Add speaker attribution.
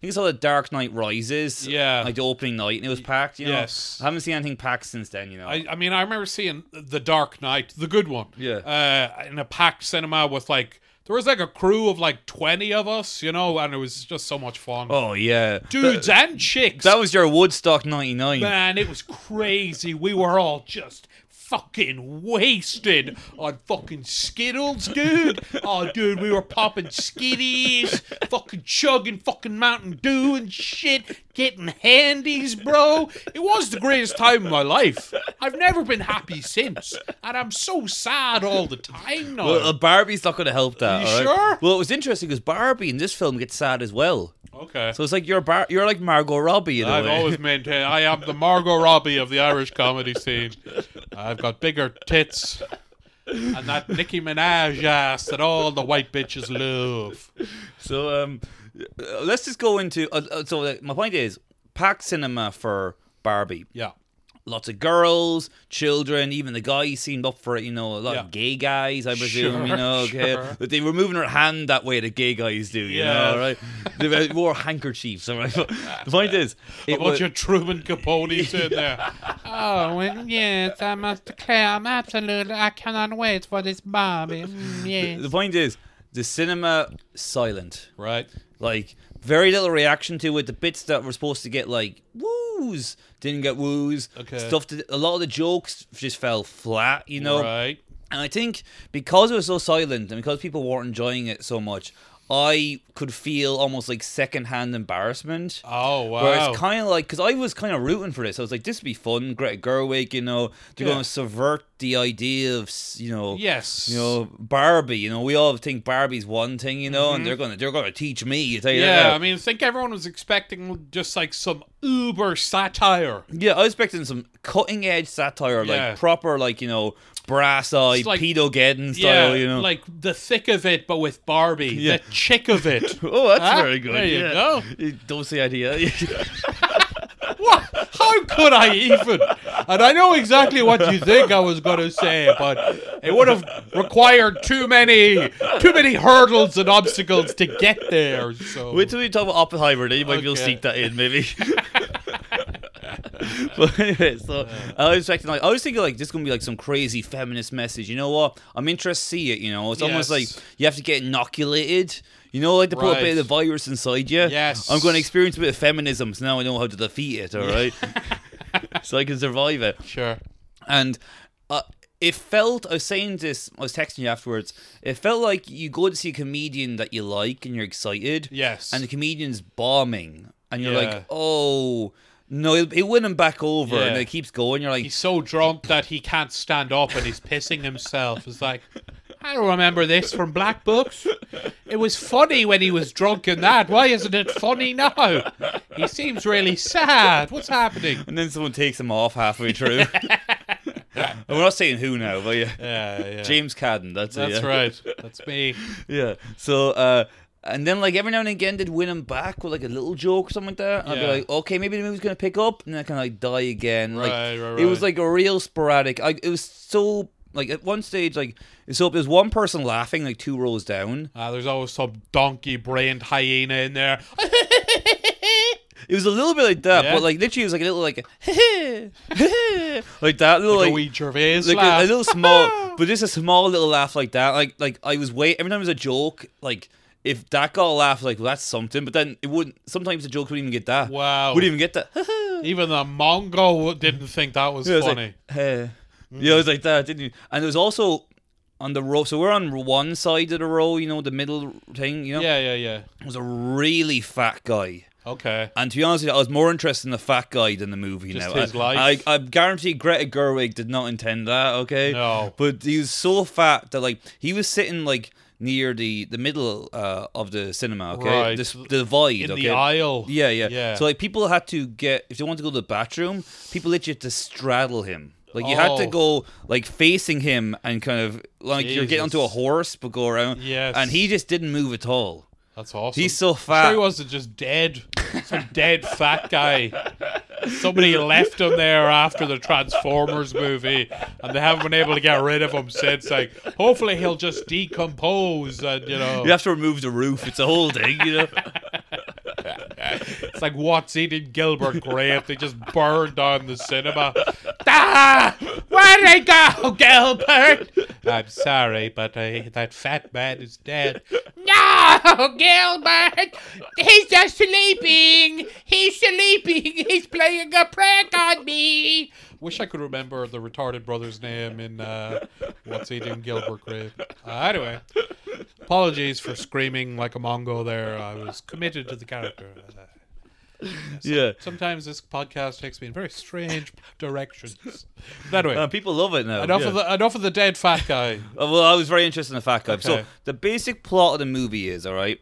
Speaker 1: think I saw the Dark Knight Rises.
Speaker 2: Yeah.
Speaker 1: Like the opening night, and it was packed. You know?
Speaker 2: Yes.
Speaker 1: I haven't seen anything packed since then. You know.
Speaker 2: I, I mean, I remember seeing The Dark Knight, the good one,
Speaker 1: Yeah.
Speaker 2: uh, in a packed cinema with like there was like a crew of like twenty of us, you know, and it was just so much fun,
Speaker 1: oh yeah,
Speaker 2: dudes
Speaker 1: That,
Speaker 2: and chicks.
Speaker 1: that was your Woodstock '99.
Speaker 2: man, it was crazy. we were all just fucking wasted on fucking Skittles, dude. Oh, dude, we were popping skitties, fucking chugging fucking Mountain Dew and shit, getting handies, bro. It was the greatest time of my life. I've never been happy since, and I'm so sad all the time now.
Speaker 1: Well, uh, Barbie's not going to help that.
Speaker 2: You
Speaker 1: all right?
Speaker 2: sure?
Speaker 1: Well, it was interesting because Barbie in this film gets sad as well.
Speaker 2: okay.
Speaker 1: So it's like you're Bar- you're like Margot Robbie in a
Speaker 2: I've
Speaker 1: way.
Speaker 2: always maintained I am the Margot Robbie of the Irish comedy scene. I've got bigger tits and that Nicki Minaj ass that all the white bitches love.
Speaker 1: So um, uh, let's just go into. Uh, uh, so uh, my point is, packed cinema for Barbie.
Speaker 2: Yeah.
Speaker 1: Lots of girls, children, even the guys seemed up for it. You know, a lot
Speaker 2: Yeah.
Speaker 1: of gay guys, I presume. you
Speaker 2: Sure,
Speaker 1: know, okay.
Speaker 2: sure.
Speaker 1: But they were moving her hand that way that gay guys do. You
Speaker 2: Yeah.
Speaker 1: know, right? They wore handkerchiefs. All right. the point is,
Speaker 2: A
Speaker 1: it
Speaker 2: bunch
Speaker 1: was,
Speaker 2: of Truman Capotes in there.
Speaker 3: Oh, well, yes, I must declare, I'm absolutely, I cannot wait for this Barbie. Mm, yes.
Speaker 1: the point is the cinema silent.
Speaker 2: Right.
Speaker 1: Like very little reaction to it. The bits that were supposed to get like woos didn't get woos.
Speaker 2: Okay.
Speaker 1: Stuff. That, a lot of the jokes just fell flat. You know.
Speaker 2: Right.
Speaker 1: And I think because it was so silent and because people weren't enjoying it so much, I could feel almost like secondhand embarrassment.
Speaker 2: Oh wow.
Speaker 1: Where it's kind of like, because I was kind of rooting for this. I was like, this would be fun. Greta Gerwig, you know, they're
Speaker 2: Yeah.
Speaker 1: going to subvert the idea of, s- you know,
Speaker 2: yes.
Speaker 1: you know Barbie. You know, we all think Barbie's one thing, you know, and they're gonna they're gonna teach me. You tell you that
Speaker 2: Mm-hmm. yeah,
Speaker 1: now.
Speaker 2: I mean, I think everyone was expecting just like some uber satire.
Speaker 1: yeah. I was expecting some cutting edge satire,
Speaker 2: Yeah.
Speaker 1: like proper, like you know, brass eye,
Speaker 2: It's like-
Speaker 1: pedo geddon
Speaker 2: Yeah,
Speaker 1: style. you know,
Speaker 2: like the thick of it, but with Barbie,
Speaker 1: Yeah.
Speaker 2: the chick of it.
Speaker 1: oh, that's
Speaker 2: Huh?
Speaker 1: very good.
Speaker 2: Ah, There you
Speaker 1: yeah.
Speaker 2: go.
Speaker 1: You Don't see eh? idea.
Speaker 2: What? How could I even? And I know exactly what you think I was going to say, but it would have required too many, too many hurdles and obstacles to get there. So
Speaker 1: Wait till we talk about Oppenheimer, then you might be able to
Speaker 2: Okay.
Speaker 1: sneak that in, maybe. but anyway, so I was expecting like I was thinking like this is gonna be like some crazy feminist message. You know what? I'm interested to see it. You know, it's almost like
Speaker 2: Yes.
Speaker 1: you have to get inoculated. You know, like to put a
Speaker 2: Right.
Speaker 1: bit of the virus inside you.
Speaker 2: Yes.
Speaker 1: I'm going to experience a bit of feminism, so now I know how to defeat it. All right, so I can survive it.
Speaker 2: sure,
Speaker 1: And uh, it felt, I was saying this, I was texting you afterwards, it felt like you go to see a comedian that you like and you're excited.
Speaker 2: Yes.
Speaker 1: And the comedian's bombing. And you're
Speaker 2: Yeah.
Speaker 1: like, oh, no, he'll, he'll win him back over. And
Speaker 2: Yeah.
Speaker 1: it keeps going. You're like,
Speaker 2: he's so drunk that he can't stand up and he's pissing himself. It's like. I remember this from Black Books. It was funny when he was drunk in that. Why isn't it funny now? He seems really sad. What's happening?
Speaker 1: and then someone takes him off halfway through. and we're not saying who now, but yeah.
Speaker 2: Yeah, yeah.
Speaker 1: James Cadden, that's, it.
Speaker 2: That's
Speaker 1: yeah.
Speaker 2: right. That's me.
Speaker 1: Yeah. So, uh, and then like every now and again, they'd win him back with like a little joke or something like that. I'd
Speaker 2: Yeah.
Speaker 1: be like, okay, maybe the movie's gonna pick up, and then I kind of like die again. Like
Speaker 2: Right, right,
Speaker 1: it was
Speaker 2: right.
Speaker 1: like a real sporadic. I it was so like at one stage like so there's one person laughing like two rows down.
Speaker 2: Ah, there's always some donkey brained hyena in there.
Speaker 1: It was a little bit like that,
Speaker 2: Yeah.
Speaker 1: but like literally it was like a little like like that little
Speaker 2: Like,
Speaker 1: like.
Speaker 2: a wee Gervais
Speaker 1: like a,
Speaker 2: laugh.
Speaker 1: a little small, but just a small little laugh like that. Like like I was wait every time it was a joke. Like if that got a laugh, like well, that's something. But then it wouldn't. Sometimes the joke wouldn't even get that.
Speaker 2: Wow.
Speaker 1: Wouldn't even get that.
Speaker 2: Even the Mongo didn't think that was
Speaker 1: It was
Speaker 2: funny.
Speaker 1: like, eh. yeah, it was like that, didn't you? And there was also on the row. So we're on one side of the row. You know, the middle thing. You know,
Speaker 2: yeah, yeah, yeah.
Speaker 1: There was a really fat guy.
Speaker 2: Okay.
Speaker 1: And to be honest, with you, I was more interested in the fat guy than the movie.
Speaker 2: Just
Speaker 1: now,
Speaker 2: his
Speaker 1: I,
Speaker 2: life.
Speaker 1: I, I guarantee Greta Gerwig did not intend that. Okay,
Speaker 2: No.
Speaker 1: but he was so fat that like he was sitting like near the the middle uh, of the cinema. Okay,
Speaker 2: Right.
Speaker 1: the, s- the divide.
Speaker 2: In
Speaker 1: okay?
Speaker 2: the aisle.
Speaker 1: Yeah, yeah,
Speaker 2: Yeah.
Speaker 1: So like people had to get if they want to go to the bathroom, people literally had to straddle him. Like you had to
Speaker 2: Oh.
Speaker 1: go like facing him and kind of like you're getting onto a
Speaker 2: Jesus.
Speaker 1: horse but go around.
Speaker 2: Yes.
Speaker 1: And he just didn't move at all.
Speaker 2: That's awesome.
Speaker 1: He's so
Speaker 2: Sure
Speaker 1: fat.
Speaker 2: he wasn't just dead. Some dead fat guy. Somebody left him there after the Transformers movie, and they haven't been able to get rid of him since. Like, hopefully he'll just decompose, and you know.
Speaker 1: You have to remove the roof. It's a whole thing, you know.
Speaker 2: it's like what's eating Gilbert Grape. They just burned down the cinema. Ah, where did they go, Gilbert? I'm sorry, but uh, that fat man is dead.
Speaker 3: No, Gilbert! He's just sleeping! He's sleeping! He's playing a prank on me!
Speaker 2: Wish I could remember the retarded brother's name in uh, What's Eating Gilbert Grape. Uh, anyway, apologies for screaming like a Mongo there. I was committed to the character.
Speaker 1: yeah.
Speaker 2: Sometimes this podcast takes me in very strange directions. But anyway,
Speaker 1: Uh, people love it now.
Speaker 2: enough,
Speaker 1: yeah.
Speaker 2: of the, enough of the dead fat guy.
Speaker 1: Uh, Well, I was very interested in the fat guy. So
Speaker 2: Okay.
Speaker 1: the basic plot of the movie is all right.